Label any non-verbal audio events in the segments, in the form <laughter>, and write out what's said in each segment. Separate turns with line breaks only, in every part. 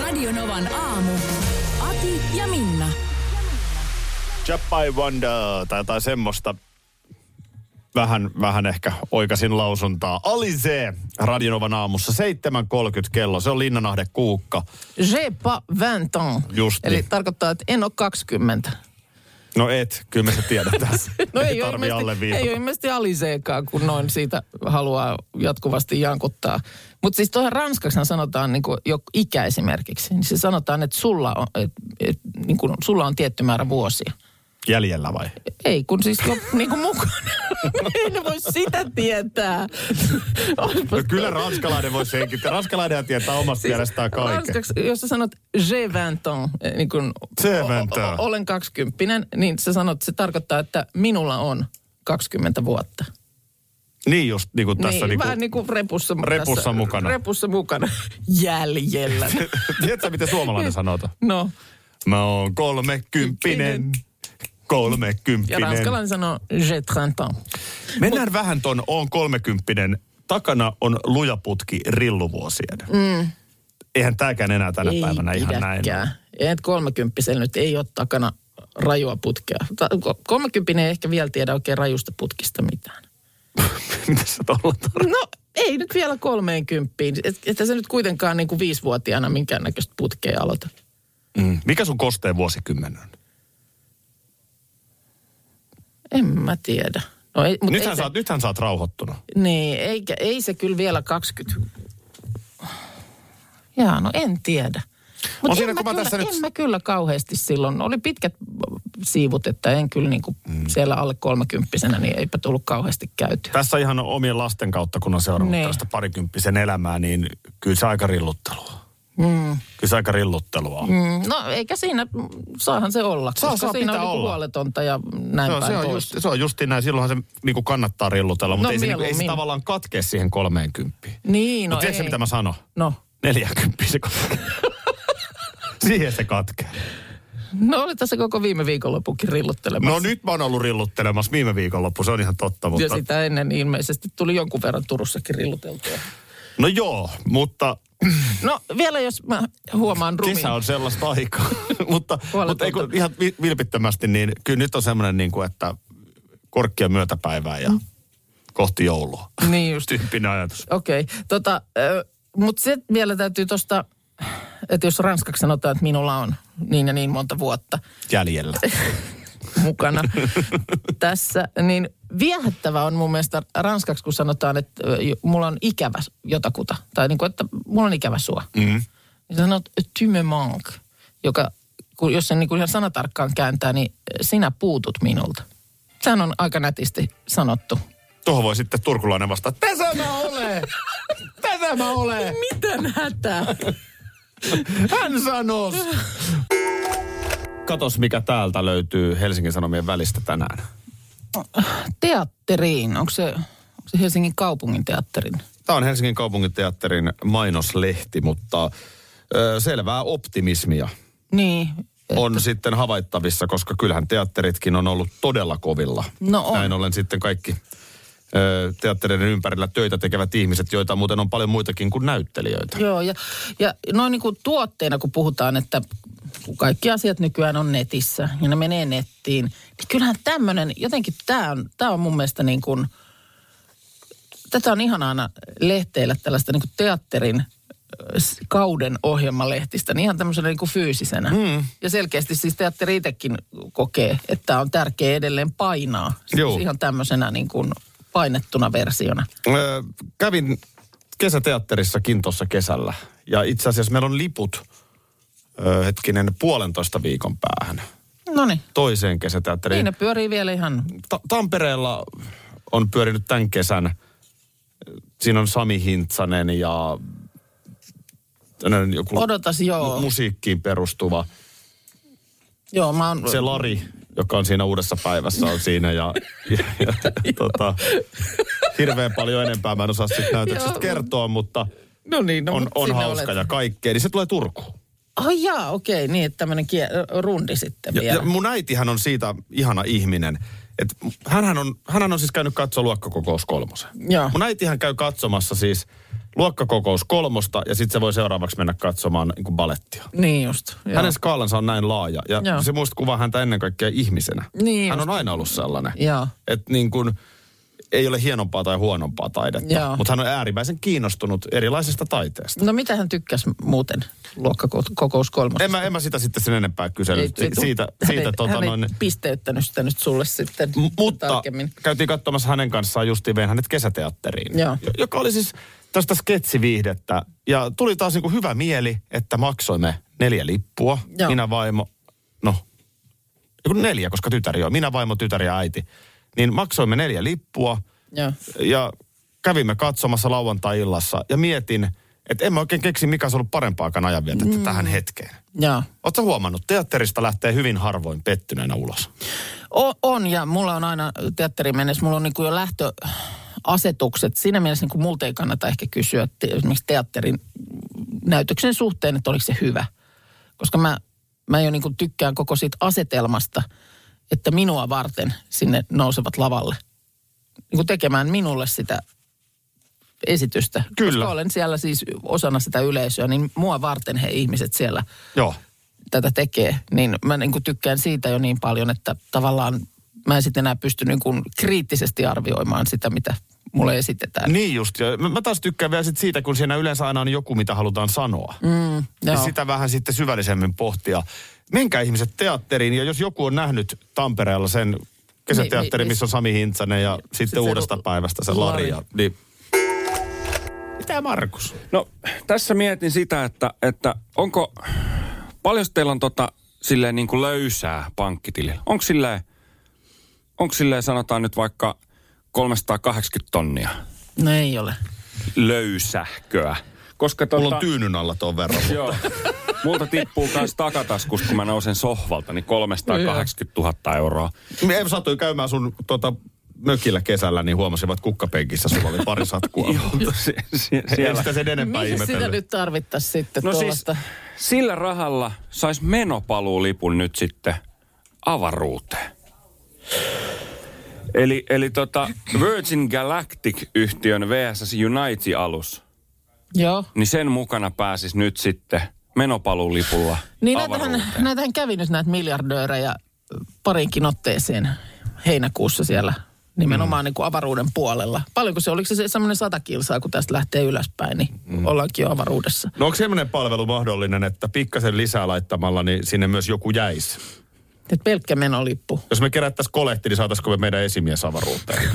Radionovan aamu. Ati ja Minna.
Japai Wonder tai jotain semmoista. Vähän, vähän ehkä oikasin lausuntaa. Alize, Radionovan aamussa, 7.30 kello. Se on Linnanahde Kuukka.
J'ai pas 20 ans.
Just
Eli
niin.
tarkoittaa, että en ole 20.
No et, kyllä me se
<laughs>
tiedetään. ei
No ole
tarvi alle
ilmeisesti, ei ole ilmeisesti aliseekaan, kun noin siitä haluaa jatkuvasti jankuttaa. Mutta siis tuohon ranskaksi sanotaan niin jo ikä esimerkiksi. Niin se sanotaan, että sulla on, et, et, niin kuin, sulla on tietty määrä vuosia.
Jäljellä vai?
Ei, kun siis jo <laughs> niin kuin mukana. en voi sitä tietää. Onpas
No kyllä ranskalainen voi senkin. Ranskalainen tietää omasta siis, mielestään kaiken.
Ranskaksi, jos sä sanot j'ai 20 ans, eh, niin kun,
J'ai 20 ans.
o- o- olen 20, niin sä sanot, se tarkoittaa, että minulla on 20 vuotta.
Niin just niin kuin tässä. Niin,
vähän
niin
niin kuin repussa,
Repussa
tässä,
mukana.
Repussa mukana. <laughs> Jäljellä.
<laughs> Tiedätkö, miten suomalainen sanoo ton?
No,
Mä oon kolmekymppinen.
ja
Kolmekymppinen.
ranskalainen sanoo j'ai 30 ans.
Mennään vähän ton on 30 takana on lujaputki rilluvuosien. Mm. Eihän tääkään enää tänä
Ei
päivänä ihan näin.
pidäkään. Et kolmekymppisellä nyt ei ole takana rajua putkea. Ta- ko- Kolmekymppinen ei ehkä vielä tiedä oikein rajusta putkista mitään.
<laughs> Mitä sä tuolla tar-
No ei nyt vielä kolmeenkymppiin. Et, että se nyt kuitenkaan niin kuin viisivuotiaana minkäännäköistä putkea aloita.
mm. Mikä sun kosteen vuosikymmen on?
En mä tiedä. No ei, mut ei
Nythän,
se,
sä oot, nythän sä oot rauhoittunut.
Niin, eikä, ei se kyllä vielä 20... Jaa, no en tiedä.
On
Mutta
siinä,
en, mä
kun mä
kyllä,
tässä nyt-
en mä kyllä kauheasti silloin. Oli pitkät siivut, että en kyllä niin kuin mm. siellä alle kolmekymppisenä, niin eipä tullut kauheasti käytyä.
Tässä ihan omien lasten kautta, kun on seurannut
Niin.
tästä parikymppisen elämää, niin kyllä se aika rilluttelua. Mm. Kyllä se aika rilluttelua on. Mm.
Mm, No eikä siinä, saahan se olla,
Saa-
koska
saa,
siinä on
pitää
niinku
olla.
huoletonta ja näin
Se on,
päin
se, on
pois.
just, se on justiin näin, silloinhan se niinku kannattaa rillutella, mutta
No
ei, se, niinku, ei se
mieluummin.
tavallaan katkea siihen kolmeenkymppiin.
Niin,
No,
no
no tiedätkö
ei.
mitä mä sanon?
No,
40 se katkeaa. <laughs> Siihen se katkeaa.
no oli tässä koko viime viikonloppukin rilluttelemassa.
No nyt mä oon ollut rilluttelemassa viime viikonloppu, se on ihan totta.
Ja
Mutta...
sitä ennen ilmeisesti tuli jonkun verran Turussakin rilluteltua.
No joo, mutta
No vielä jos mä huomaan rumin.
kesä on sellaista aikaa. <laughs> mutta mutta ei, kun ihan vi- vilpittömästi, niin kyllä nyt on semmoinen, niin kuin, että korkkia myötäpäivää ja kohti joulua.
Niin just.
Tyyppinen Mm. ajatus.
Okei. Okay. Tota, mutta se vielä täytyy tuosta, että jos ranskaksi sanotaan, että minulla on niin ja niin monta vuotta
Jäljellä.
mukana tässä, niin viehättävä on mun mielestä ranskaksi, kun sanotaan, että ö, jo- mulla on ikävä jotakuta. Tai niin kuin, että mulla on ikävä sua.
Mm.
Niin sanot, tu me manques, joka, kun, jos sen niin kuin ihan sanatarkkaan kääntää, niin sinä puutut minulta. Sehän on aika nätisti sanottu.
Tuohon voi sitten turkulainen vastata, tässä mä olen! Tässä mä olen!
<laughs> Miten hätää?
Hän sanos! Katos, mikä täältä löytyy Helsingin Sanomien välistä tänään.
teatteriin. Onko se, onko se Helsingin kaupungin teatterin?
Tämä on Helsingin kaupunginteatterin mainoslehti, mutta ö, selvää optimismia
Niin.
on sitten havaittavissa, koska kyllähän teatteritkin on ollut todella kovilla.
No on.
Näin ollen sitten kaikki ö, teattereiden ympärillä töitä tekevät ihmiset, joita muuten on paljon muitakin kuin näyttelijöitä.
Joo, ja, ja noin niin kuin tuotteena, kun puhutaan, että kun kaikki asiat nykyään on netissä ja ne menee nettiin, niin kyllähän tämmöinen, jotenkin tämä on, tää on mun mielestä niin kuin, tätä on ihana aina lehteillä tällaista niin kuin teatterin ö, s- kauden ohjelmalehtistä, niin ihan tämmöisenä niin kuin fyysisenä. Mm. Ja selkeästi siis teatteri itsekin kokee, että on tärkeää edelleen painaa. Siis
Joo.
Ihan tämmöisenä niin kuin painettuna versiona.
Ö, kävin kesäteatterissakin tuossa kesällä. Ja itse asiassa meillä on liput ö, hetkinen puolentoista viikon päähän
No niin,
toiseen kesäteatteriin.
niin ne pyörii vielä ihan
Ta- Tampereella on pyörinyt tämän kesän. Siinä on Sami Hintsanen ja tällainen joku
Odotas, joo.
mu- musiikkiin perustuva.
Joo, mä oon...
Se Lari, joka on siinä uudessa päivässä, on siinä ja, ja,
<laughs>
ja, ja tota, hirveän paljon enempää mä en osaa sit näytöksestä
Joo.
kertoa, mutta
no niin, no,
on,
mut
on
sinne
hauska
olet-
ja kaikkea. Niin se tulee Turkuun.
Ai jaa, okei, niin, että tämmöinen kie- rundi sitten
Ja,
vielä.
ja mun äitihän on siitä ihana ihminen. Et hänhän, on, hänhän on siis käynyt katsoa luokkakokous kolmosen.
Joo.
Mun äitihän käy katsomassa siis luokkakokous kolmosta ja sitten se voi seuraavaksi mennä katsomaan niin kuin balettia.
Niin just. Joo.
Hänen skaalansa on näin laaja ja
Joo.
se muista kuvaa häntä ennen kaikkea ihmisenä.
Niin
Hän
just.
on aina ollut sellainen.
Joo.
Että niin kuin ei ole hienompaa tai huonompaa taidetta,
Joo.
mutta hän on äärimmäisen kiinnostunut erilaisesta taiteesta.
No mitä hän tykkäsi muuten luokkakokous kolmosta?
En mä, en mä sitä sitten sen enempää kysellyt. siitä,
hän
siitä
ei,
tota
hän ei
noin,
pisteyttänyt sitä nyt sulle sitten
M- mutta
tarkemmin.
käytiin katsomassa hänen kanssaan justiin vein hänet kesäteatteriin,
Joo.
jo- joka oli siis tästä sketsiviihdettä. Ja tuli taas niinku hyvä mieli, että maksoimme neljä lippua.
Joo.
Minä vaimo, no joku neljä, koska tytäri on. Minä vaimo, tytär ja äiti. Niin maksoimme neljä lippua
Joo.
ja kävimme katsomassa lauantai-illassa. Ja mietin, että en mä oikein keksi, mikä olisi ollut parempaakaan ajanvietettä mm. tähän hetkeen.
Joo.
Oletko huomannut, teatterista lähtee hyvin harvoin pettyneenä ulos?
O, on ja mulla on aina teatteriin mennessä, mulla on niin kuin jo lähtöasetukset. Siinä mielessä niin kuin multa ei kannata ehkä kysyä että esimerkiksi teatterin näytöksen suhteen, että oliko se hyvä. Koska mä, mä jo niin kuin tykkään koko siitä asetelmasta, että minua varten sinne nousevat lavalle. Niin kuin tekemään minulle sitä esitystä.
Kyllä.
Koska olen siellä siis osana sitä yleisöä, niin mua varten he ihmiset siellä –
Joo.
tätä tekee, niin mä niin kuin tykkään siitä jo niin paljon, että tavallaan mä en sitten enää pysty niin kuin kriittisesti arvioimaan sitä, mitä mulle esitetään.
Niin just, ja mä, mä taas tykkään vielä sit siitä, kun siinä yleensä aina on joku, mitä halutaan sanoa. Mm, ja
Joo.
sitä vähän sitten syvällisemmin pohtia. Menkää ihmiset teatteriin, ja jos joku on nähnyt Tampereella sen kesäteatteri,
mi-
missä on Sami Hintsanen ja sitten
niin, se
uudesta
Lu-
päivästä se
Lari.
Lari. Ja, niin. Mitä Markus?
No tässä mietin sitä, että, että onko, paljon teillä on tota, silleen niin kuin löysää pankkitilillä? Onko silleen, onko silleen sanotaan nyt vaikka 380 tonnia
No ei ole.
löysähköä? Koska tota,
Mulla on tyynyn alla ton <laughs> verran.
<laughs> Joo. Multa tippuu myös takataskusta, kun mä nousen sohvalta, niin 380 000 euroa.
Me ei satui käymään sun tota, mökillä kesällä, niin huomasivat kukkapenkissä sulla oli pari
<laughs>
satkua.
Se, se,
en
siellä.
sitä sen enempää
Mihin sitä
ihmetellyt.
nyt tarvittaisiin sitten
No siis,
tuollaista?
sillä rahalla sais menopaluulipun nyt sitten avaruuteen. Eli, eli tota Virgin Galactic-yhtiön VSS Unity-alus,
Joo.
niin sen mukana pääsis nyt sitten menopaluulipulla
Niin
avaruuteen.
näitähän, näitähän kävi nyt näitä miljardöörejä parinkin otteeseen heinäkuussa siellä nimenomaan niin kuin avaruuden puolella. Paljonko se, oliko se semmoinen sata kilsaa, kun tästä lähtee ylöspäin, niin ollaankin jo avaruudessa.
No onko sellainen palvelu mahdollinen, että pikkasen lisää laittamalla, niin sinne myös joku jäisi?
Et pelkkä menolippu. <laughs>
Jos me kerättäisiin kolehti, niin saataisiko me meidän esimies avaruuteen?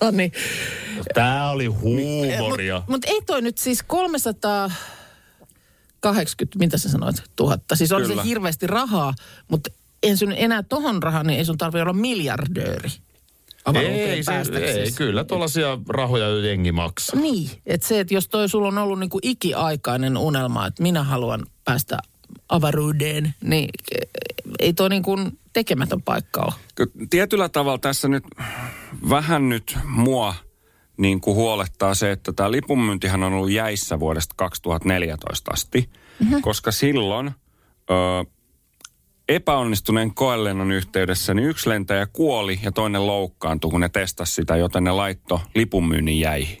No niin.
<laughs> Tää oli huumoria.
Mutta Eh, mut ei toi nyt siis 380, mitä sä sanoit, tuhatta. Siis on
Kyllä.
se hirveästi rahaa, mutta en sun enää tohon rahaan, niin ei sun tarvitse olla miljardööri. avaruuteen
Ei, se,
päästäksesi.
ei, kyllä tuollaisia rahoja jengi maksaa.
Niin, että se, että jos toi sulla on ollut niinku ikiaikainen unelma, että minä haluan päästä avaruuteen, niin eh, ei toi niinku tekemätön paikka ole.
Ky- Tietyllä tavalla tässä nyt vähän nyt mua niin kuin huolettaa se, että tämä lipunmyyntihän on ollut jäissä vuodesta 2014 asti, mm-hmm. koska silloin ö, epäonnistuneen koelennon yhteydessä niin yksi lentäjä kuoli ja toinen loukkaantui, kun ne testasi sitä, joten ne laitto lipunmyynnin jäihin.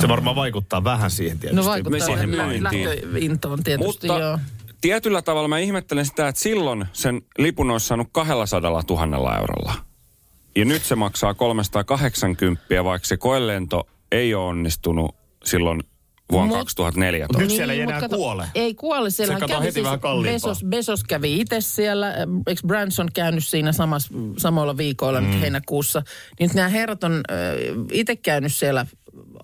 Se varmaan vaikuttaa vähän siihen tietysti.
No vaikuttaa
siihen
lähtö-
myyntiin.
lähtöintoon tietysti,
Mutta
joo.
tietyllä tavalla mä ihmettelen sitä, että silloin sen lipun olisi saanut 200 000 eurolla. Ja nyt se maksaa 380, vaikka se koelento ei ole onnistunut silloin vuonna
Mut- Niin,
2014.
Nyt siellä ei
mut
enää kuole.
Ei kuole. Siellä
kato heti vähän kalliimpaa.
Besos, Besos kävi itse siellä. Eikö Branson käynyt siinä samas, samoilla viikoilla mm. nyt heinäkuussa? Niin nyt nämä herrat on itse käynyt siellä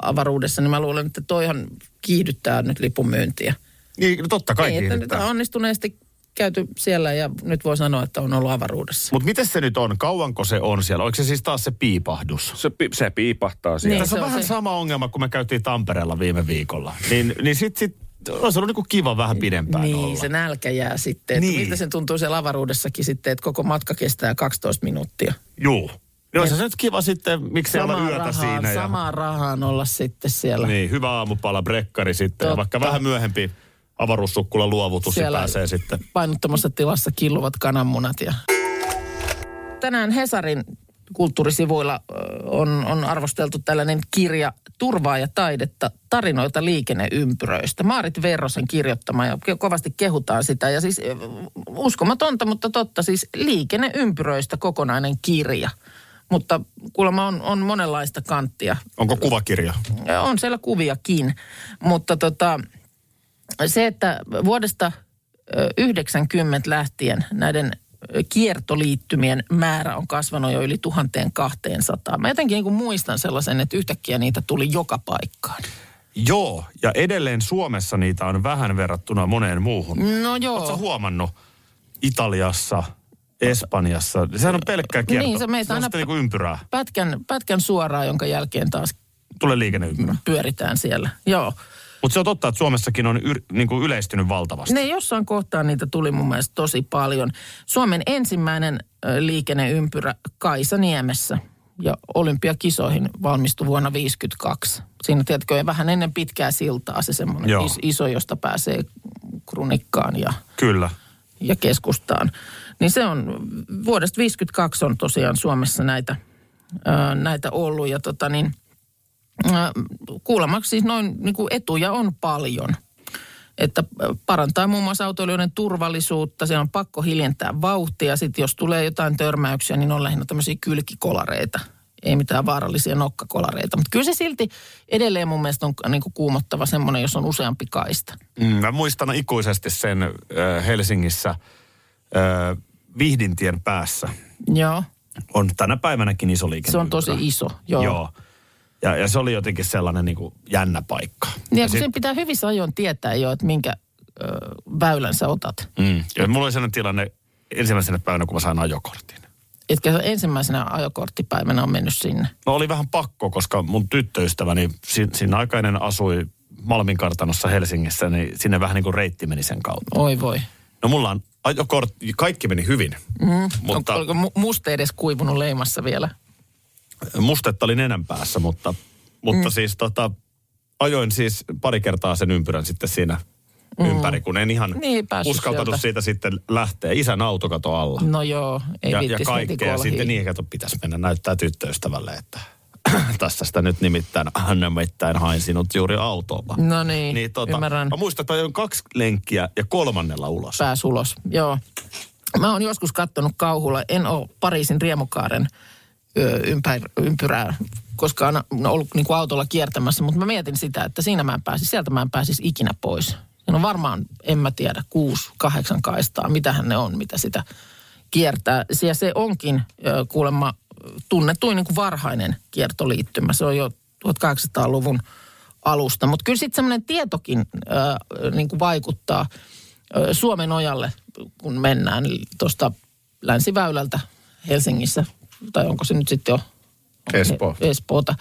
avaruudessa, niin mä luulen, että toihan kiihdyttää nyt lipunmyyntiä.
Niin, no totta kai
Ei, että nyt on
kiinnittää.
onnistuneesti käyty siellä ja nyt voi sanoa, että on ollut avaruudessa.
Mutta miten se nyt on? Kauanko se on siellä? Oliko se siis taas se piipahdus?
Se, pi- se piipahtaa siellä.
Niin.
Niin.
Tässä on
se on
vähän
se.
sama ongelma, kun me käytiin Tampereella viime viikolla. Niin, niin sit, sit olisi ollut niinku kiva vähän pidempään
niin,
olla.
se nälkä jää sitten. Niin.
Niin.
Miltä sen tuntuu siellä avaruudessakin sitten, että koko matka kestää 12 minuuttia.
Juu. Joo, se nyt kiva sitten, miksei olla yötä
rahaan,
siinä. Ja...
samaan rahaan olla sitten siellä.
Niin, hyvä aamupala, brekkari sitten. Ja
Totta.
vaikka vähän myöhempi avaruussukkula luovutus
Siellä-
Siellä... pääsee sitten.
painottomassa tilassa killuvat kananmunat. Ja... Tänään Hesarin kulttuurisivuilla ö, on, on arvosteltu tällainen kirja Turvaa ja taidetta, tarinoita liikenneympyröistä. Maarit Verrosen kirjoittama ja ke- kovasti kehutaan sitä. Ja siis ö, uskomatonta, mutta totta, siis liikenneympyröistä kokonainen kirja. Mutta kuulemma on, on monenlaista kanttia
Onko kuvakirja?
on siellä kuviakin, mutta tota, se, että vuodesta ö, 90 lähtien näiden ö, kiertoliittymien määrä on kasvanut jo yli 1200. Mä jotenkin niin kuin muistan sellaisen, että yhtäkkiä niitä tuli joka paikkaan.
Joo, ja edelleen Suomessa niitä on vähän verrattuna moneen muuhun.
No
Oletko
joo.
huomannut Italiassa, Espanjassa? Sehän on pelkkää kierto.
Niin, se meitä
on
aina-
sitten niinku ympyrää.
Pätkän, pätkän suoraan, jonka jälkeen taas
Tulee liikenneympyrä.
pyöritään siellä. Joo.
Mutta se on totta, että Suomessakin on yr, niinku yleistynyt valtavasti.
Ne jossain kohtaa niitä tuli mun mielestä tosi paljon. Suomen ensimmäinen ö, liikenneympyrä Kaisaniemessä ja olympiakisoihin valmistui vuonna 52. Siinä tiedätkö, ei vähän ennen pitkää siltaa se semmoinen
Joo.
is, iso, josta pääsee krunikkaan ja,
Kyllä.
ja keskustaan. Niin se on, vuodesta 52 on tosiaan Suomessa näitä, ö, näitä ollut ja tota niin, ö, kuulemma siis noin niin kuin etuja on paljon että parantaa muun muassa autoilijoiden turvallisuutta, se on pakko hiljentää vauhtia. Sitten jos tulee jotain törmäyksiä, niin on lähinnä tämmöisiä kylkikolareita. Ei mitään vaarallisia nokkakolareita. Mutta kyllä se silti edelleen mun mielestä on niin kuin kuumottava semmoinen, jos on useampi kaista.
Mm, Mä muistan ikuisesti sen äh, Helsingissä äh, Vihdintien päässä.
Joo,
On tänä päivänäkin iso liikenne.
se on tosi iso. Joo.
Joo. Ja, ja se oli jotenkin sellainen niin kuin jännä paikka.
Niin, ja kun
sit-
sen pitää hyvissä ajoin tietää jo, että minkä ö, väylän sä otat.
Mm. Ja mulla oli sellainen tilanne ensimmäisenä päivänä, kun mä sain ajokortin.
Etkä sä ensimmäisenä ajokorttipäivänä on mennyt sinne.
No oli vähän pakko, koska mun tyttöystäväni, si- siinä aikainen asui Malmin kartanossa Helsingissä, niin sinne vähän niin kuin reitti meni sen kautta.
Oi voi.
No mulla on ajokortti, kaikki meni hyvin, mm.
Mutta...
mutta
Mm-hmm. Onko mu- muste edes kuivunut leimassa vielä?
mustetta oli nenän päässä, mutta, mutta mm. siis tota, ajoin siis pari kertaa sen ympyrän sitten siinä mm. ympäri, kun en ihan
Niin, päässyt
uskaltanut
sieltä.
siitä sitten lähteä. Isän auto kato alla.
No joo, ei
ja, ja
vittis
kaikkea. Ja sitten niin, kato, pitäisi mennä näyttää tyttöystävälle, että <clears throat> tässä sitä nyt nimittäin, <clears throat> ah, nimittäin hain sinut juuri autolla.
No niin,
Niin, tota,
ymmärrän.
Mä muistan, että on kaksi lenkkiä ja kolmannella ulos.
Pääs ulos, joo. Mä oon joskus kattonut kauhulla, en oo Pariisin riemukaaren ö, ympär, ympyrää koskaan no, ollut niin kuin autolla kiertämässä, mutta mä mietin sitä, että siinä mä en pääsis, sieltä mä en pääsis ikinä pois. Siinä on varmaan, en mä tiedä, kuusi, kahdeksan kaistaa, mitähän ne on, mitä sitä kiertää. Ja se onkin ö, kuulemma tunnetuin niin kuin varhainen kiertoliittymä. Se on jo 1800-luvun alusta. Mutta kyllä sitten semmoinen tietokin ö, niin kuin vaikuttaa ö, Suomen ojalle, kun mennään tuosta Länsiväylältä Helsingissä, tai onko se nyt sitten jo
Espoo.
He- Espoota.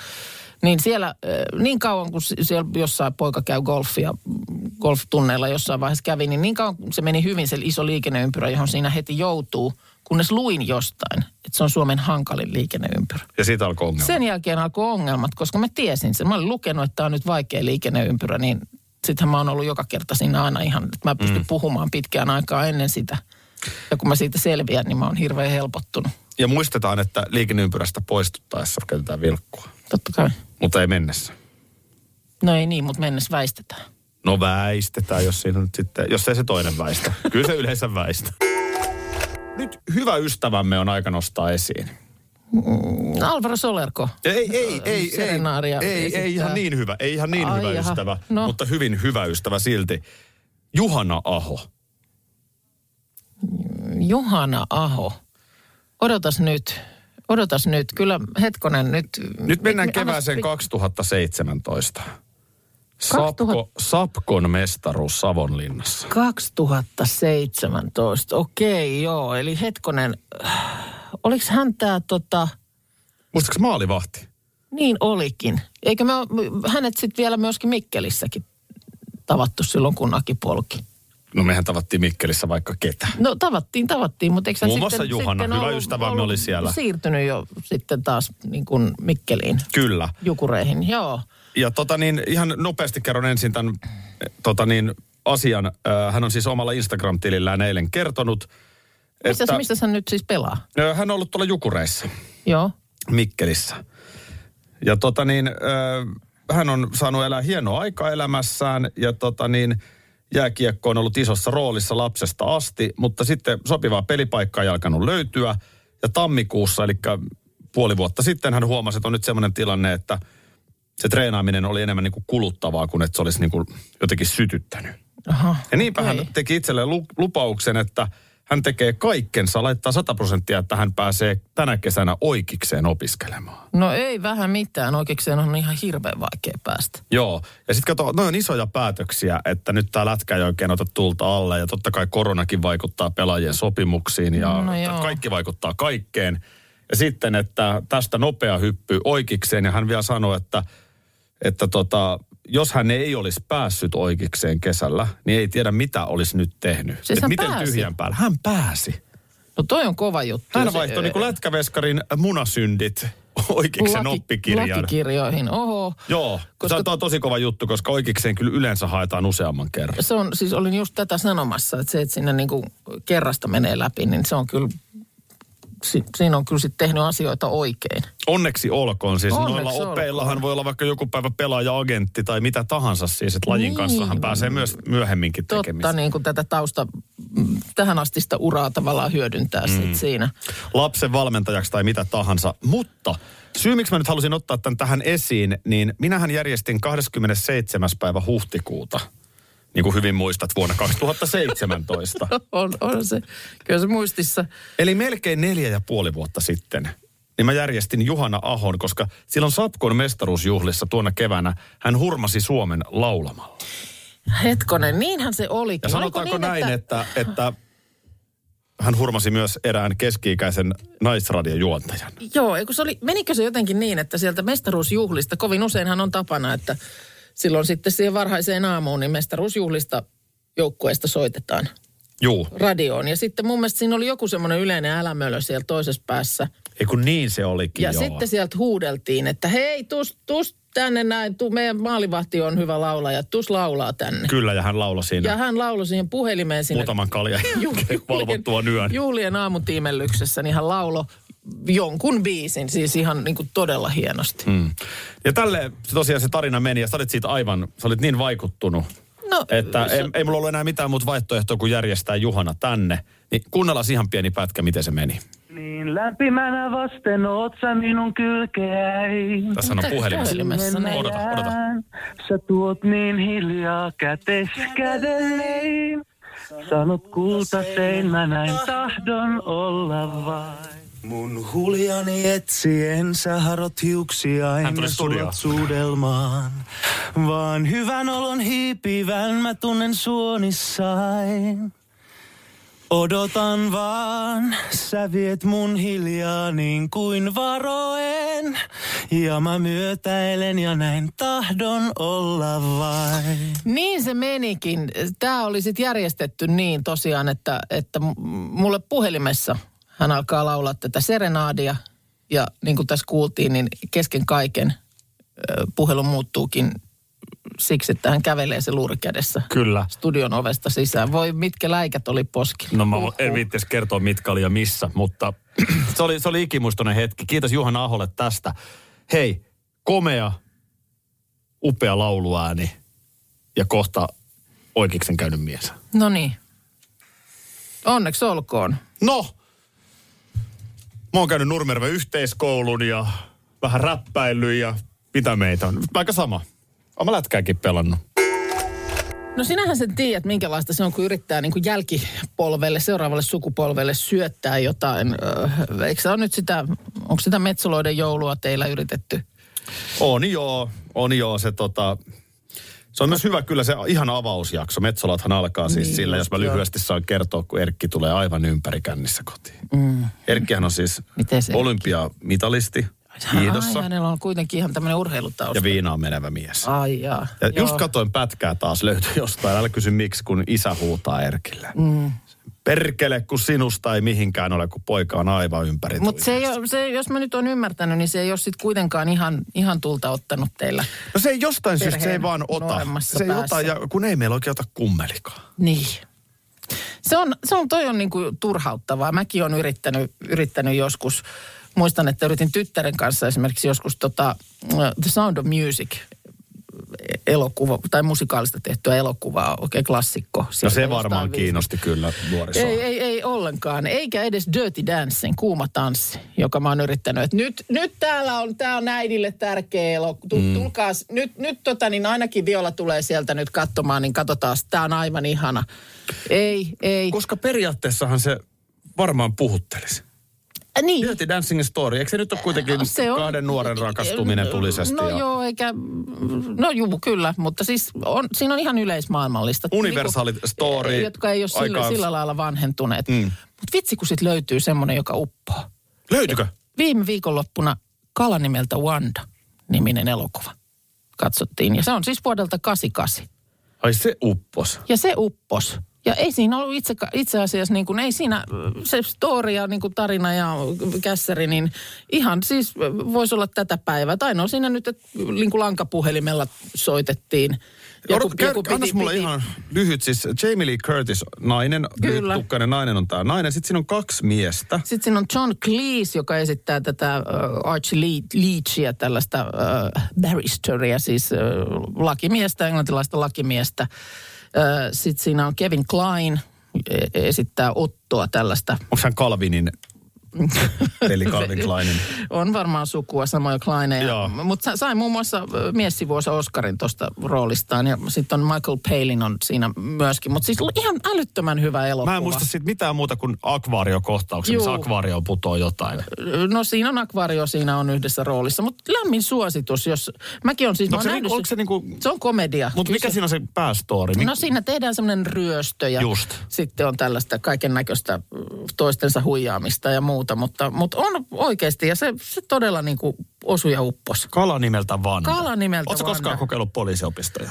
Niin siellä ö, niin kauan, kun s- siellä jossain poika käy golfia, mm, golftunneilla jossain vaiheessa kävi, niin niin kauan kun se meni hyvin se iso liikenneympyrä, johon siinä heti joutuu, kunnes luin jostain, että se on Suomen hankalin liikenneympyrä.
Ja siitä alkoi ongelma.
Sen jälkeen alkoi ongelmat, koska mä tiesin sen. Mä olin lukenut, että tämä on nyt vaikea liikenneympyrä, niin sittenhän mä oon ollut joka kerta siinä aina ihan, että mä pystyn mm. puhumaan pitkään aikaa ennen sitä. Ja kun mä siitä selviän, niin mä oon hirveän helpottunut.
Ja muistetaan, että liikenneympyrästä poistuttaessa käytetään vilkkua,
Totta kai.
mutta ei mennessä.
No ei niin, mutta mennessä väistetään.
No väistetään, jos siinä nyt sitten, jos ei se toinen väistä. Kyllä se yleensä väistä. Nyt hyvä ystävämme on aika nostaa esiin.
Alvaro Solerko.
Ei, ei, ei, ei,
Serenaaria
ei,
esittää.
ei ihan niin hyvä, ei ihan niin
Ai
Ai hyvä
jaha,
ystävä,
no.
no. mutta hyvin hyvä ystävä silti. Juhana Aho.
Juhana Aho. Odotas nyt. Odotas nyt. Kyllä hetkonen nyt.
Nyt mennään
Anna-
kevääseen 2017. Sapko,
2000
Sapkon mestaruus Savonlinnassa.
2017. Okei, joo. Eli hetkonen. Oliko hän tämä tota...
Muistatko maalivahti?
Niin olikin. Eikö mä, hänet sitten vielä myöskin Mikkelissäkin tavattu silloin, kun Aki polki.
No mehän tavattiin Mikkelissä vaikka ketä.
No tavattiin, tavattiin, mutta eikö sä
Muun muassa
sitten,
Juhana,
sitten
hyvä ystävämme oli siellä.
siirtynyt jo sitten taas niin kuin Mikkeliin,
Kyllä.
Jukureihin, joo.
Ja tota niin, ihan nopeasti kerron ensin tämän tota niin, asian. Ö, Hän on siis omalla Instagram-tilillään eilen kertonut,
Missä,
että
missä sä nyt siis pelaa?
Ö, hän on ollut tuolla Jukureissa.
Joo.
Mikkelissä. Ja tota niin, äh, hän on saanut elää hienoa aikaa elämässään ja tota niin, jääkiekko on ollut isossa roolissa lapsesta asti, mutta sitten sopivaa pelipaikkaa ei alkanut löytyä. Ja tammikuussa, eli puoli vuotta sitten, hän huomasi, että on nyt sellainen tilanne, että se treenaaminen oli enemmän niin kuin kuluttavaa kuin että se olisi niin kuin jotenkin sytyttänyt.
Aha,
Ja niinpä
okei.
hän teki itselleen lu- lupauksen, että hän tekee kaikkensa, laittaa 100 prosenttia, että hän pääsee tänä kesänä oikeikseen opiskelemaan.
No ei vähän mitään, oikeikseen on ihan hirveän vaikea päästä.
Joo, ja sitten kato, noin on isoja päätöksiä, että nyt tämä lätkä ei oikein ota tulta alle, ja totta kai koronakin vaikuttaa pelaajien sopimuksiin, ja
No joo.
no kaikki vaikuttaa kaikkeen. Ja sitten, että tästä nopea hyppy oikeikseen, ja hän vielä sanoi, että, että tota, jos hän ei olisi päässyt oikeikseen kesällä, niin ei tiedä mitä olisi nyt tehnyt.
Siis
Et
hän
miten
pääsi.
tyhjän päällä? Hän pääsi.
No toi on kova juttu.
Hän
Se-
vaihtoi niin lätkäveskarin munasyndit <laughs> oikeiksen
laki-
oppikirjaan.
Lakikirjoihin, oho.
Joo, koska...
Koska-
tämä on tosi kova juttu, koska oikeikseen kyllä yleensä haetaan useamman kerran.
Se on, siis olin just tätä sanomassa, että se, että siinä niinku kerrasta menee läpi, niin se on kyllä, si, siinä on kyllä sit tehnyt asioita oikein.
Onneksi olkoon siis.
Onneksi
Noilla
olkoon.
opeillahan voi olla vaikka joku päivä pelaaja-agentti tai mitä tahansa siis, että lajin
Niin.
kanssa hän pääsee myös myöhemminkin
Totta,
tekemiseen.
niin kuin tätä tausta, mm, tähän astista uraa tavallaan hyödyntää mm. sit siinä.
Lapsen valmentajaksi tai mitä tahansa. Mutta syy, miksi mä nyt halusin ottaa tämän tähän esiin, niin minähän järjestin 27. päivä huhtikuuta, niin kuin hyvin muistat, vuonna
<laughs>
2017.
On, on se, kyllä se muistissa.
Eli melkein neljä ja puoli vuotta sitten, niin mä järjestin Juhana Ahon, koska silloin Sapkon mestaruusjuhlissa tuona keväänä hän hurmasi Suomen laulamalla.
Hetkonen, niinhän se olikin.
Ja sanotaanko niin, näin, että, että hän hurmasi myös erään keski-ikäisen naisradiojuontajan.
Joo, eikö se oli, menikö se jotenkin niin, että sieltä mestaruusjuhlista, kovin useinhan on tapana, että silloin sitten siihen varhaiseen aamuun, niin mestaruusjuhlista joukkueesta soitetaan
Juu,
radioon. Ja sitten mun mielestä siinä oli joku semmoinen yleinen älämölö siellä toisessa päässä.
ei kun niin se olikin
Ja
joo.
sitten sieltä huudeltiin, että hei, tus, tus tänne näin, tu, meidän maalivahti on hyvä laulaja, tus laulaa tänne.
Kyllä, ja hän lauloi siinä
Ja
ja
hän lauloi siihen puhelimeen sinne <laughs>
muutaman kaljan jälkeen
Juhlien-
<laughs> valvottua yön.
Juhlien aamutiimellyksessä, niin hän laulo jonkun biisin, siis ihan niin kuin todella hienosti. Mm.
Ja tälle se tosiaan se tarina meni, ja sä olit siitä aivan, sä olit niin vaikuttunut,
No,
että
se-
ei, ei mulla ollut enää mitään muuta vaihtoehtoa kuin järjestää Juhana tänne. Niin kuunnellaan ihan pieni pätkä, miten se meni.
Mm-hmm.
Niin lämpimänä vasten oot sä minun kylkeäi.
Tässä on puhelimessa.
Puhelimessa, niin.
Odota, odota.
Jään, Sä tuot niin hiljaa kätes kädelleen. Sanot kultasein, mä näin tahdon olla vain.
Mun huljani etsien sä harot hiuksia
Hän tuli
aina
studioon.
suot suudelmaan. Vaan hyvän olon hiipivän mä tunnen suonissain. Odotan vaan, sä viet mun hiljaa niin kuin varoen. Ja mä myötäilen ja näin tahdon olla vain.
Niin se menikin. Tämä oli sitten järjestetty niin tosiaan, että, että m- mulle puhelimessa hän alkaa laulaa tätä serenaadia. Ja niin kuin tässä kuultiin, niin kesken kaiken ö, puhelu muuttuukin siksi, että hän kävelee se luuri kädessä
Kyllä.
studion ovesta sisään. Voi mitkä läikät oli poski.
No mä en viittis kertoa mitkä oli ja missä, mutta <clears throat> se, oli, se oli ikimuistoinen hetki. Kiitos Juhana Aholle tästä. Hei, komea, upea lauluääni ja kohta oikeiksen käynyt mies.
No niin. Onneksi olkoon.
No, mä oon käynyt Nurmerven yhteiskoulun ja vähän räppäillyt ja mitä meitä on. Aika sama. Oon mä lätkääkin pelannut.
No sinähän sen tiedät, minkälaista se on, kun yrittää niin kuin jälkipolvelle, seuraavalle sukupolvelle syöttää jotain. Öö, eikö se ole nyt sitä, onko sitä metsoloiden joulua teillä yritetty?
On joo, on joo se tota... Se on myös hyvä kyllä se ihan avausjakso. Metsolathan alkaa siis niin, sillä, jos mä lyhyesti saan kertoa, kun Erkki tulee aivan ympäri kännissä kotiin. Mm. Erkkihän on siis
Miten se Erkki?
olympiamitalisti. Kiitos.
Ai, hänellä on kuitenkin ihan tämmöinen urheilutausta.
Ja viinaan menevä mies.
Ai jaa.
Ja
Joo.
just katoin pätkää taas löytyi jostain. Älä kysy miksi, kun isä huutaa Erkille. Mm. Perkele, kun sinusta ei mihinkään ole, kun poika on aivan ympäri.
Mutta se, ei
tuijossa.
oo- se, jos mä nyt oon ymmärtänyt, niin se ei ole sitten kuitenkaan ihan, ihan tulta ottanut teillä.
No se ei jostain syystä, se ei
perheen
vaan ota.
nuoremmassa
Se ei ota,
päässä.
ja kun ei meillä oikein ota kummelikaan.
Niin. Se on, se on toi on niinku turhauttavaa. Mäkin olen yrittänyt, yrittänyt joskus, muistan, että yritin tyttären kanssa esimerkiksi joskus tota, äh, The Sound of Music elokuva, tai musikaalista tehtyä elokuvaa, oikein klassikko.
No
Sieltä
se
jostain
varmaan
viisi-
kiinnosti kyllä nuorisoa.
Ei, ei, ei ollenkaan. Eikä edes Dirty Dancing, kuuma tanssi, joka mä oon yrittänyt. Et nyt, nyt täällä on, tää on äidille tärkeä elokuva. Mm. Tulkaa, nyt, nyt tota, niin ainakin Viola tulee sieltä nyt katsomaan, niin katsotaan, tää on aivan ihana. Ei, ei.
Koska periaatteessahan se varmaan puhuttelisi.
Äh, niin.
Dirty Dancing Story, eikö se nyt ole kuitenkin
Se on-
kahden nuoren rakastuminen tulisesti?
No
ja
joo, eikä, no juu, kyllä, mutta siis on, siinä on ihan yleismaailmallista.
Universaali
Niinku-
story,
Jotka ei ole sillä,
aikaan-
sillä lailla vanhentuneet. Mm. Mutta vitsi, kun sit löytyy semmoinen, joka uppoo.
Löytyykö?
viime viikonloppuna kala nimeltä Wanda niminen elokuva katsottiin. Ja se on siis vuodelta 88.
Ai se uppos.
Ja se uppos. Ja ei siinä ollut itse, itse asiassa, niin kuin, ei siinä se story ja niin kuin tarina ja kässäri, niin ihan siis voisi olla tätä päivää. Tai no siinä nyt, että niin kuin lankapuhelimella soitettiin.
Odot- käy- annas mulle ihan lyhyt, siis Jamie Lee Curtis, nainen,
Kyllä.
tukkainen nainen on tämä nainen. Sitten siinä on kaksi miestä.
Sitten siinä on John Cleese, joka esittää tätä uh, Archie Le- Leachia, tällaista uh, barristeria, siis uh, lakimiestä, englantilaista lakimiestä. Uh, Sitten siinä on Kevin Klein, e- esittää Ottoa tällaista.
Onko hän Calvinin, <laughs> eli Calvin Kleinin?
On varmaan sukua, samoja Kleineja.
Joo.
Mutta sai muun muassa ö, miessivuosa Oscarin tuosta roolistaan. Ja sitten on Michael Palin on siinä myöskin. Mutta siis ihan älyttömän hyvä elokuva.
Mä en muista siitä mitään muuta kuin akvaariokohtauksia, missä
Juu.
akvaarioon putoaa jotain.
No siinä on akvaario, siinä on yhdessä roolissa, mutta lämmin suositus, jos... Mäkin on siis...
No
mä oon
onko se
nähnyt
niinku- onko se niinku-
Se on komedia.
Mutta
Kyllä
mikä
se-
siinä on se päästoori? Mik-
No siinä tehdään semmoinen ryöstö ja
Just.
sitten on tällaista kaiken näköistä mm, toistensa huijaamista ja muuta, mutta, mutta on oikeasti ja se, se todella niin kuin osui ja uppos.
Kala nimeltä Vanda.
Kala nimeltä
Oletko
Vanda.
koskaan kokeillut poliisiopistoja?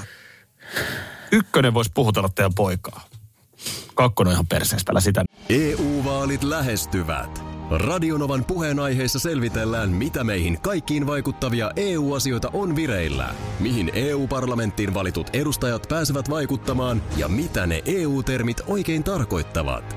Ykkönen voisi puhutella teidän poikaa. Kakkonen on ihan perseestä, älä sitä.
EU-vaalit E lähestyvät. Radionovan puheenaiheessa selvitellään, mitä meihin kaikkiin vaikuttavia EU-asioita on vireillä, mihin EU-parlamenttiin valitut edustajat pääsevät vaikuttamaan ja mitä ne EU-termit oikein tarkoittavat.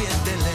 vientelee.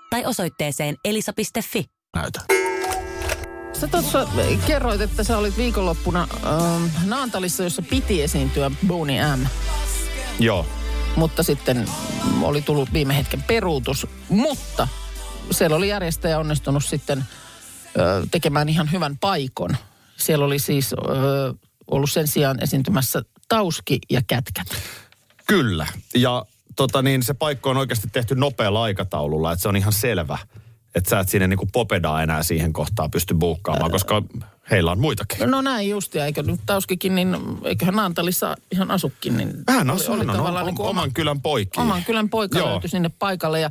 tai osoitteeseen elisa.fi.
Näytä.
Sä tuossa kerroit, että sä olit viikonloppuna ähm, Naantalissa, jossa piti esiintyä Boney M.
Joo.
mutta sitten oli tullut viime hetken peruutus. Mutta siellä oli järjestäjä onnistunut sitten ö, tekemään ihan hyvän paikon. Siellä oli siis ö, ollut sen sijaan esiintymässä Tauski ja Kätkät.
Kyllä. Ja tota niin, se paikka on oikeasti tehty nopealla aikataululla, että se on ihan selvä. Että sä et siinä niinku popedaa enää siihen kohtaan pysty buukkaamaan, koska heillä on muitakin.
No näin just, ja eikö nyt Tauskikin, niin eiköhän Naantalissa ihan asukin, niin
Vähän
oli,
asunnon,
oli
on,
tavallaan
on,
niin kuin oma-
oman kylän poikki.
Oman kylän poika Joo.
Joo.
löytyi sinne paikalle ja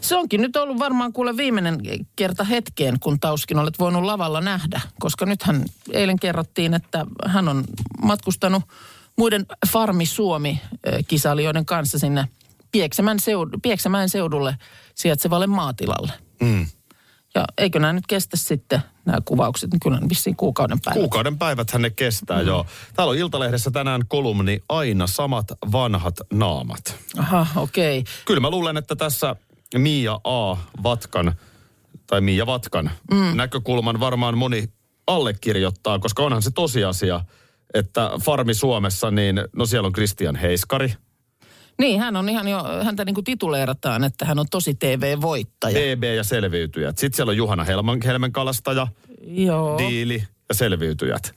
se onkin nyt ollut varmaan kuule viimeinen kerta hetkeen, kun Tauskin olet voinut lavalla nähdä. Koska nythän eilen kerrottiin, että hän on matkustanut muiden Farmi Suomi-kisailijoiden kanssa sinne Pieksämään, seudu, Pieksämäen seudulle sijaitsevalle maatilalle. Mm. Ja eikö nämä nyt kestä sitten nämä kuvaukset? Niin Kyllä ne vissiin kuukauden päälle.
Kuukauden päivät ne kestää, mm. joo. Täällä on Iltalehdessä tänään kolumni Aina samat vanhat naamat.
Aha, okei.
Kyllä mä luulen, että tässä Mia A. Vatkan tai Miia Vatkan mm. näkökulman varmaan moni allekirjoittaa, koska onhan se tosiasia, että Farmi Suomessa, niin no siellä on Kristian Heiskari,
Niin, hän on ihan jo, häntä niin kuin tituleerataan, että hän on tosi TV-voittaja.
BB ja selviytyjät. Sitten siellä on Juhana Helman, Helmenkalastaja,
Joo.
Diili ja selviytyjät.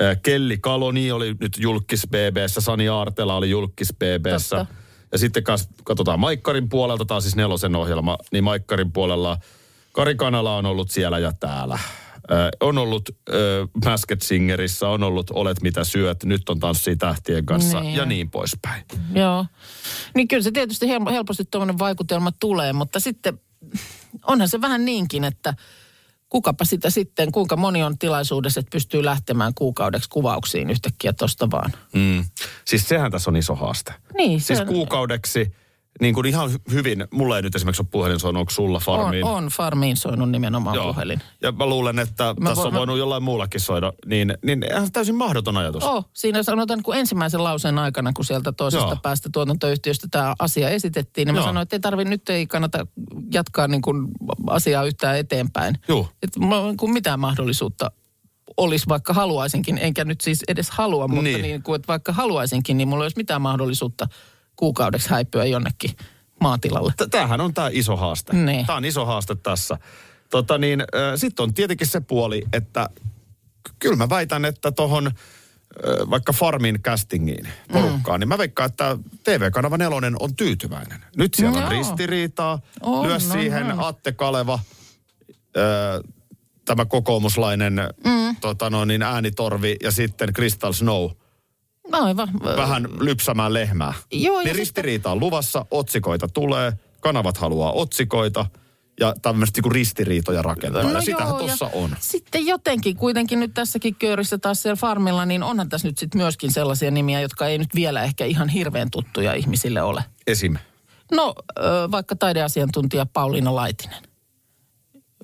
Ö, Kelli Kaloni oli nyt julkis BBssä, Sani Aartela oli julkis BBssä.
Totta.
Ja sitten kas, katsotaan Maikkarin puolelta, tämä on siis nelosen ohjelma, niin Maikkarin puolella Kari Kanala on ollut siellä ja täällä. Ö, on ollut ö, Masked Singerissä, on ollut Olet mitä syöt, nyt on Tanssii tähtien kanssa
Niin.
ja niin poispäin.
Joo. Niin kyllä se tietysti hel- helposti tuommoinen vaikutelma tulee, mutta sitten onhan se vähän niinkin, että kukapa sitä sitten, kuinka moni on tilaisuudessa, että pystyy lähtemään kuukaudeksi kuvauksiin yhtäkkiä tosta vaan.
Mm. Siis sehän tässä on iso haaste.
Niin, se
Siis
on-
kuukaudeksi, niin kuin ihan hy- hyvin, mulla ei nyt esimerkiksi ole puhelin soinut, onko sulla
on,
farmiin?
on farmiin soinut nimenomaan Joo. puhelin.
Ja mä luulen, että mä
Mä
tässä
voin-
on
mä-
voinut jollain muullakin soida, niin, niin eihän se täysin mahdoton ajatus.
Oh, siinä sanotaan kun ensimmäisen lauseen aikana, kun sieltä toisesta
Joo.
Joo. päästä tuotantoyhtiöstä tämä asia esitettiin, niin mä
Joo.
Joo. sanoin, että ei tarvi, nyt ei kannata jatkaa niin kuin asiaa yhtään eteenpäin.
Juu.
Et mulla on kuin mitään mahdollisuutta olisi, vaikka haluaisinkin, enkä nyt siis edes halua, mutta
Niin.
niin. Niin kuin, että vaikka haluaisinkin, niin mulla ei olisi mitään mahdollisuutta kuukaudeksi häipyä jonnekin maatilalle.
T- Tämähän on tämä iso haaste.
Niin.
Tämä on iso haaste tässä. Tota niin, sitten on tietenkin se puoli, että ky- kyllä mä väitän, että tuohon vaikka Farmin castingiin porukkaan, mm. niin mä veikkaan, että TV-kanava nelonen on tyytyväinen. Nyt siellä on
Joo.
ristiriitaa,
On,
lyö
on,
siihen
on.
Atte Kaleva, ö, tämä kokoomuslainen mm. tota no, niin äänitorvi ja sitten Crystal Snow.
No aivan.
vähän lypsämään lehmää.
Joo, ja
niin
sitten-
ristiriita on luvassa, otsikoita tulee, kanavat haluaa otsikoita ja tämmöistä niinku ristiriitoja rakentaa. No ja sitähän
ja
tossa on.
Sitten jotenkin kuitenkin nyt tässäkin köörissä taas siellä farmilla, niin onhan tässä nyt sitten myöskin sellaisia nimiä, jotka ei nyt vielä ehkä ihan hirveän tuttuja ihmisille ole.
Esim.
No ö, vaikka taideasiantuntija Pauliina Laitinen.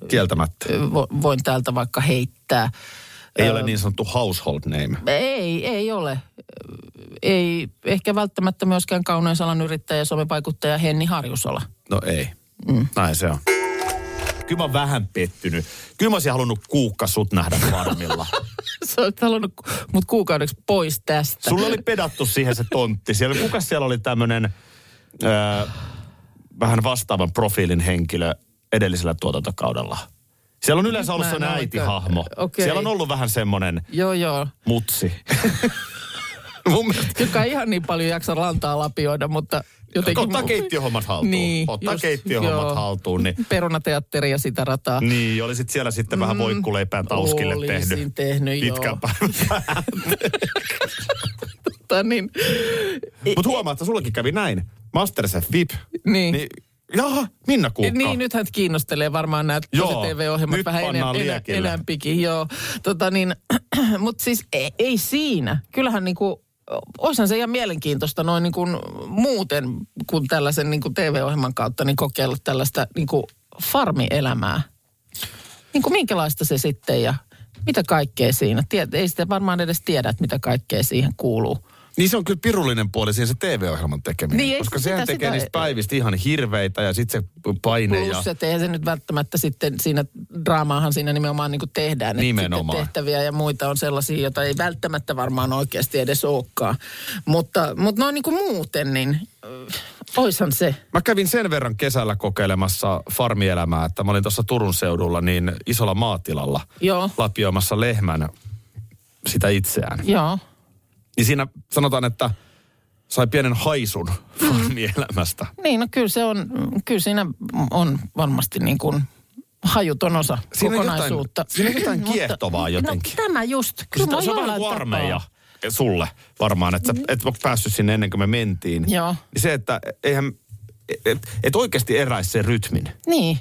Kieltämättä.
Ö, vo- Voin täältä vaikka heittää.
Ei ole niin sanottu household name.
Ei, ei ole. Ö, Ei ehkä välttämättä myöskään kauneusalan yrittäjä ja somevaikuttaja Henni Harjusola.
No ei. Mm. Näin se on. Kyllä mä oon vähän pettynyt. Kyllä mä olisin halunnut kuukka sut nähdä
<laughs>
farmilla.
<laughs> Sä oot halunnut ku- mut kuukaudeksi pois tästä.
Sulla oli pedattu siihen se tontti. Siellä, kuka siellä oli tämmönen öö, vähän vastaavan profiilin henkilö edellisellä tuotantokaudella? Siellä on yleensä ollut
Mä en
sellainen
ollenkaan-
äitihahmo.
Okei.
Siellä on ollut vähän semmoinen
Joo, joo. <laughs>
mutsi. Mun mielestä.
joka ei ihan niin paljon jaksa lantaa lapioida, mutta jotenkin... Niin,
Ottaa keittiöhommat haltuun. Ottaa
just,
keittiöhommat
joo.
haltuun, niin-
Perunateatteri ja sitä rataa.
Niin, olisit siellä sitten vähän voikkuleipää tauskille
Olisin
tehnyt.
Mm-hmm. tehnyt, joo.
Pitkän päivän.
<laughs> Mutta niin,
Mutta huomaa, että sullakin kävi näin. Masterchef VIP.
Niin.
niin jaha, Minna Kuukka.
niin, nythän kiinnostelee varmaan nämä
Joo,
TV-ohjelmat
nyt
vähän
pannaan
enemmän,
liekille.
enemmänkin. Joo, tota niin, <clears throat> mutta siis ei, ei siinä. Kyllähän niinku, olisihan se ihan mielenkiintoista noin niinku muuten kuin tällaisen niinku TV-ohjelman kautta niin kokeilla tällaista niinku farmielämää. Niinku minkälaista se sitten ja mitä kaikkea siinä. Tiet, ei sitä varmaan edes tiedä, että mitä kaikkea siihen kuuluu.
Niin se on kyllä pirullinen puoli siinä se TV-ohjelman tekeminen.
Niin, ei
koska
sitä-
sehän
sitä-
tekee niistä päivistä ihan hirveitä ja sitten se paine ja...
Plus, että eihän se nyt välttämättä sitten siinä draamaahan siinä nimenomaan niin tehdään. että
Nimenomaan.
sitten tehtäviä ja muita on sellaisia, joita ei välttämättä varmaan oikeasti edes olekaan. Mutta, mutta noin niin kuin muuten, niin äh, oishan se.
Mä kävin sen verran kesällä kokeilemassa farmielämää, että mä olin tuossa Turun seudulla niin isolla maatilalla
Joo.
lapioimassa lehmän sitä itseään.
Joo.
Niin siinä sanotaan, että sai pienen haisun
Mm.
farmielämästä.
Niin, no kyllä se on, kyllä siinä on varmasti niin kuin hajuton osa
Siinä on jotain-
kokonaisuutta.
siinä on jotain
Mutta-
kiehtovaa jotenkin.
No tämä just. Kyllä
Sitä,
mä
se on vähän
jollain
kuin
tapaa- Mm.
armeija sulle varmaan, että sä et ole päässyt sinne ennen kuin me mentiin.
Joo.
Niin se, että eihän, et, et oikeasti eräisi sen rytmin.
Niin,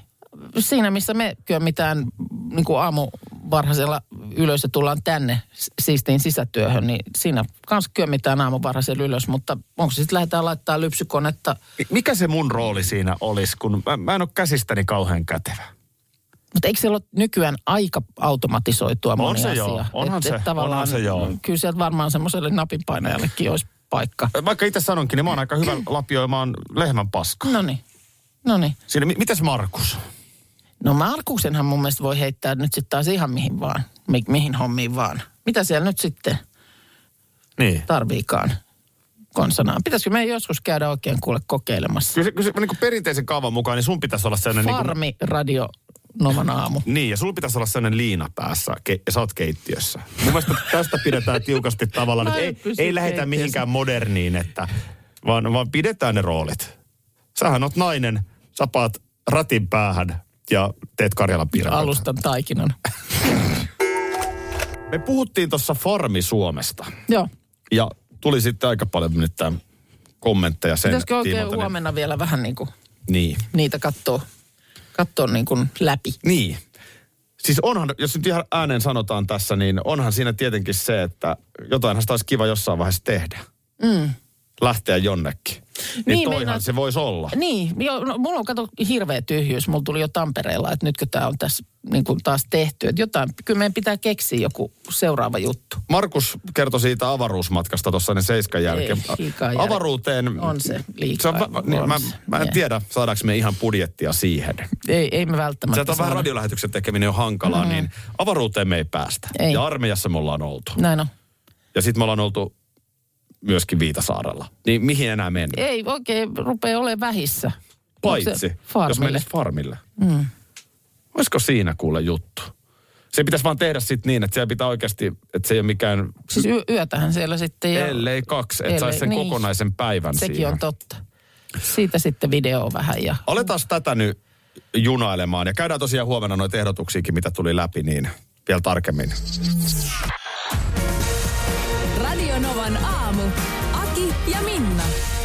siinä missä me kyömitään niin kuin aamu varhaisella ylös ja tullaan tänne s- siistiin sisätyöhön, niin siinä kanssa kyömitään aamu varhaisella ylös, mutta onko se sitten lähdetään laittaa lypsykonetta,
Mi- Mikä se mun rooli siinä olisi, kun mä, mä en ole käsistäni kauhean kätevä.
mutta eikö siellä ole nykyään aika automatisoitua
On
moni
se
asia?
joo, onhan se,
tavallaan
onhan se joo.
Kyllä sieltä varmaan semmoiselle napinpainajallekin olisi paikka.
Vaikka itse sanonkin, niin mä oon aika
Mm.
hyvä lapioimaan lehmän paskaa.
No niin, no niin.
Siinä, mi- mitäs Markus?
No Markuksenhan mun mielestä voi heittää nyt sitten taas ihan mihin vaan, mi- mihin hommiin vaan. Mitä siellä nyt sitten
Niin.
tarviikaan konsanaan? Pitäisikö meidän joskus käydä oikein kuule kokeilemassa?
Kyllä se, kyllä se niin kuin perinteisen kaavan mukaan, niin sun pitäisi olla sellainen... Niin, kuin,
Farmi Radio Novan aamu.
niin, ja sulla pitäisi olla sellainen liina päässä, ke, ja sä oot keittiössä. Mun mielestä tästä pidetään tiukasti tavallaan,
<laughs> Mä en
että ei,
pysy
ei lähetä
keittiössä.
mihinkään moderniin, että, vaan, vaan pidetään ne roolit. Sähän oot nainen, sapaat ratin päähän ja teet Karjalan piirretä.
Alustan taikinan.
Me puhuttiin tuossa Farmi Suomesta.
Joo.
Ja tuli sitten aika paljon nyt tämän kommentteja sen
Pitäisikö oikein
tiimoilta, niin-
huomenna vielä vähän niin kuin
Niin.
niitä katsoa, katsoa niin kuin läpi?
Niin. Siis onhan, jos nyt ihan ääneen sanotaan tässä, niin onhan siinä tietenkin se, että jotainhan sitä olisi kiva jossain vaiheessa tehdä.
Mm.
Lähteä jonnekin. Niin,
Niin,
niin toihan
meinaat-
se voisi olla.
Niin, joo, no, mulla on kato hirveä tyhjyys. Mulla tuli jo Tampereella, että nytkö tämä on tässä niin kuin taas tehty. Että jotain, kyllä meidän pitää keksiä joku seuraava juttu.
Markus kertoi siitä avaruusmatkasta tuossa ne seiskan jälkeen.
liikaa jär-
Avaruuteen...
On se liikaa.
Se on, va-
On
niin, mä,
se.
mä en
Ei.
tiedä, saadaanko me ihan budjettia siihen.
Ei, ei me välttämättä
Sieltä on vähän
saada.
radiolähetyksen tekeminen on hankalaa, mm. niin avaruuteen me ei päästä.
Mm-hmm. Ei.
Ja armeijassa me ollaan oltu.
Näin on.
Ja sitten me ollaan oltu myöskin Viitasaarella. Niin mihin enää mennä?
Ei oikein rupea olemaan vähissä. Onko
Paitsi,
se
jos
farmille?
menisi farmille. Mm. Olisiko siinä kuule juttu? Se pitäisi vaan tehdä sitten niin, että siellä pitää oikeasti, että se ei ole mikään,
Siis y- yötähän siellä sitten jo.
ellei kaksi, että
Ellei-
saisi sen
niin.
kokonaisen päivän
Sekin
siinä.
on totta. Siitä sitten video vähän ja
Aletaan tätä nyt junailemaan ja käydään tosiaan huomenna noita ehdotuksiakin, mitä tuli läpi, niin vielä tarkemmin.
Radio Novan aamu. Aki ja Minna.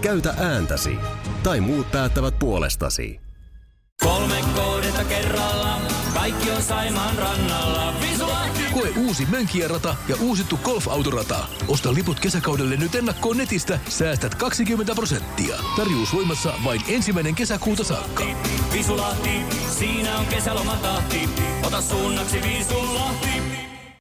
Käytä ääntäsi. Tai muut päättävät puolestasi.
Kolme kohdetta kerralla, kaikki on Saimaan rannalla. Visulahti!
Koe uusi Mönkijärata ja uusittu golfautorata. Osta liput kesäkaudelle nyt ennakkoon netistä, säästät 20 prosenttia. Tarjous voimassa vain ensimmäinen kesäkuuta saakka.
Visulahti, siinä on kesälomatahti. Ota suunnaksi Visulahti.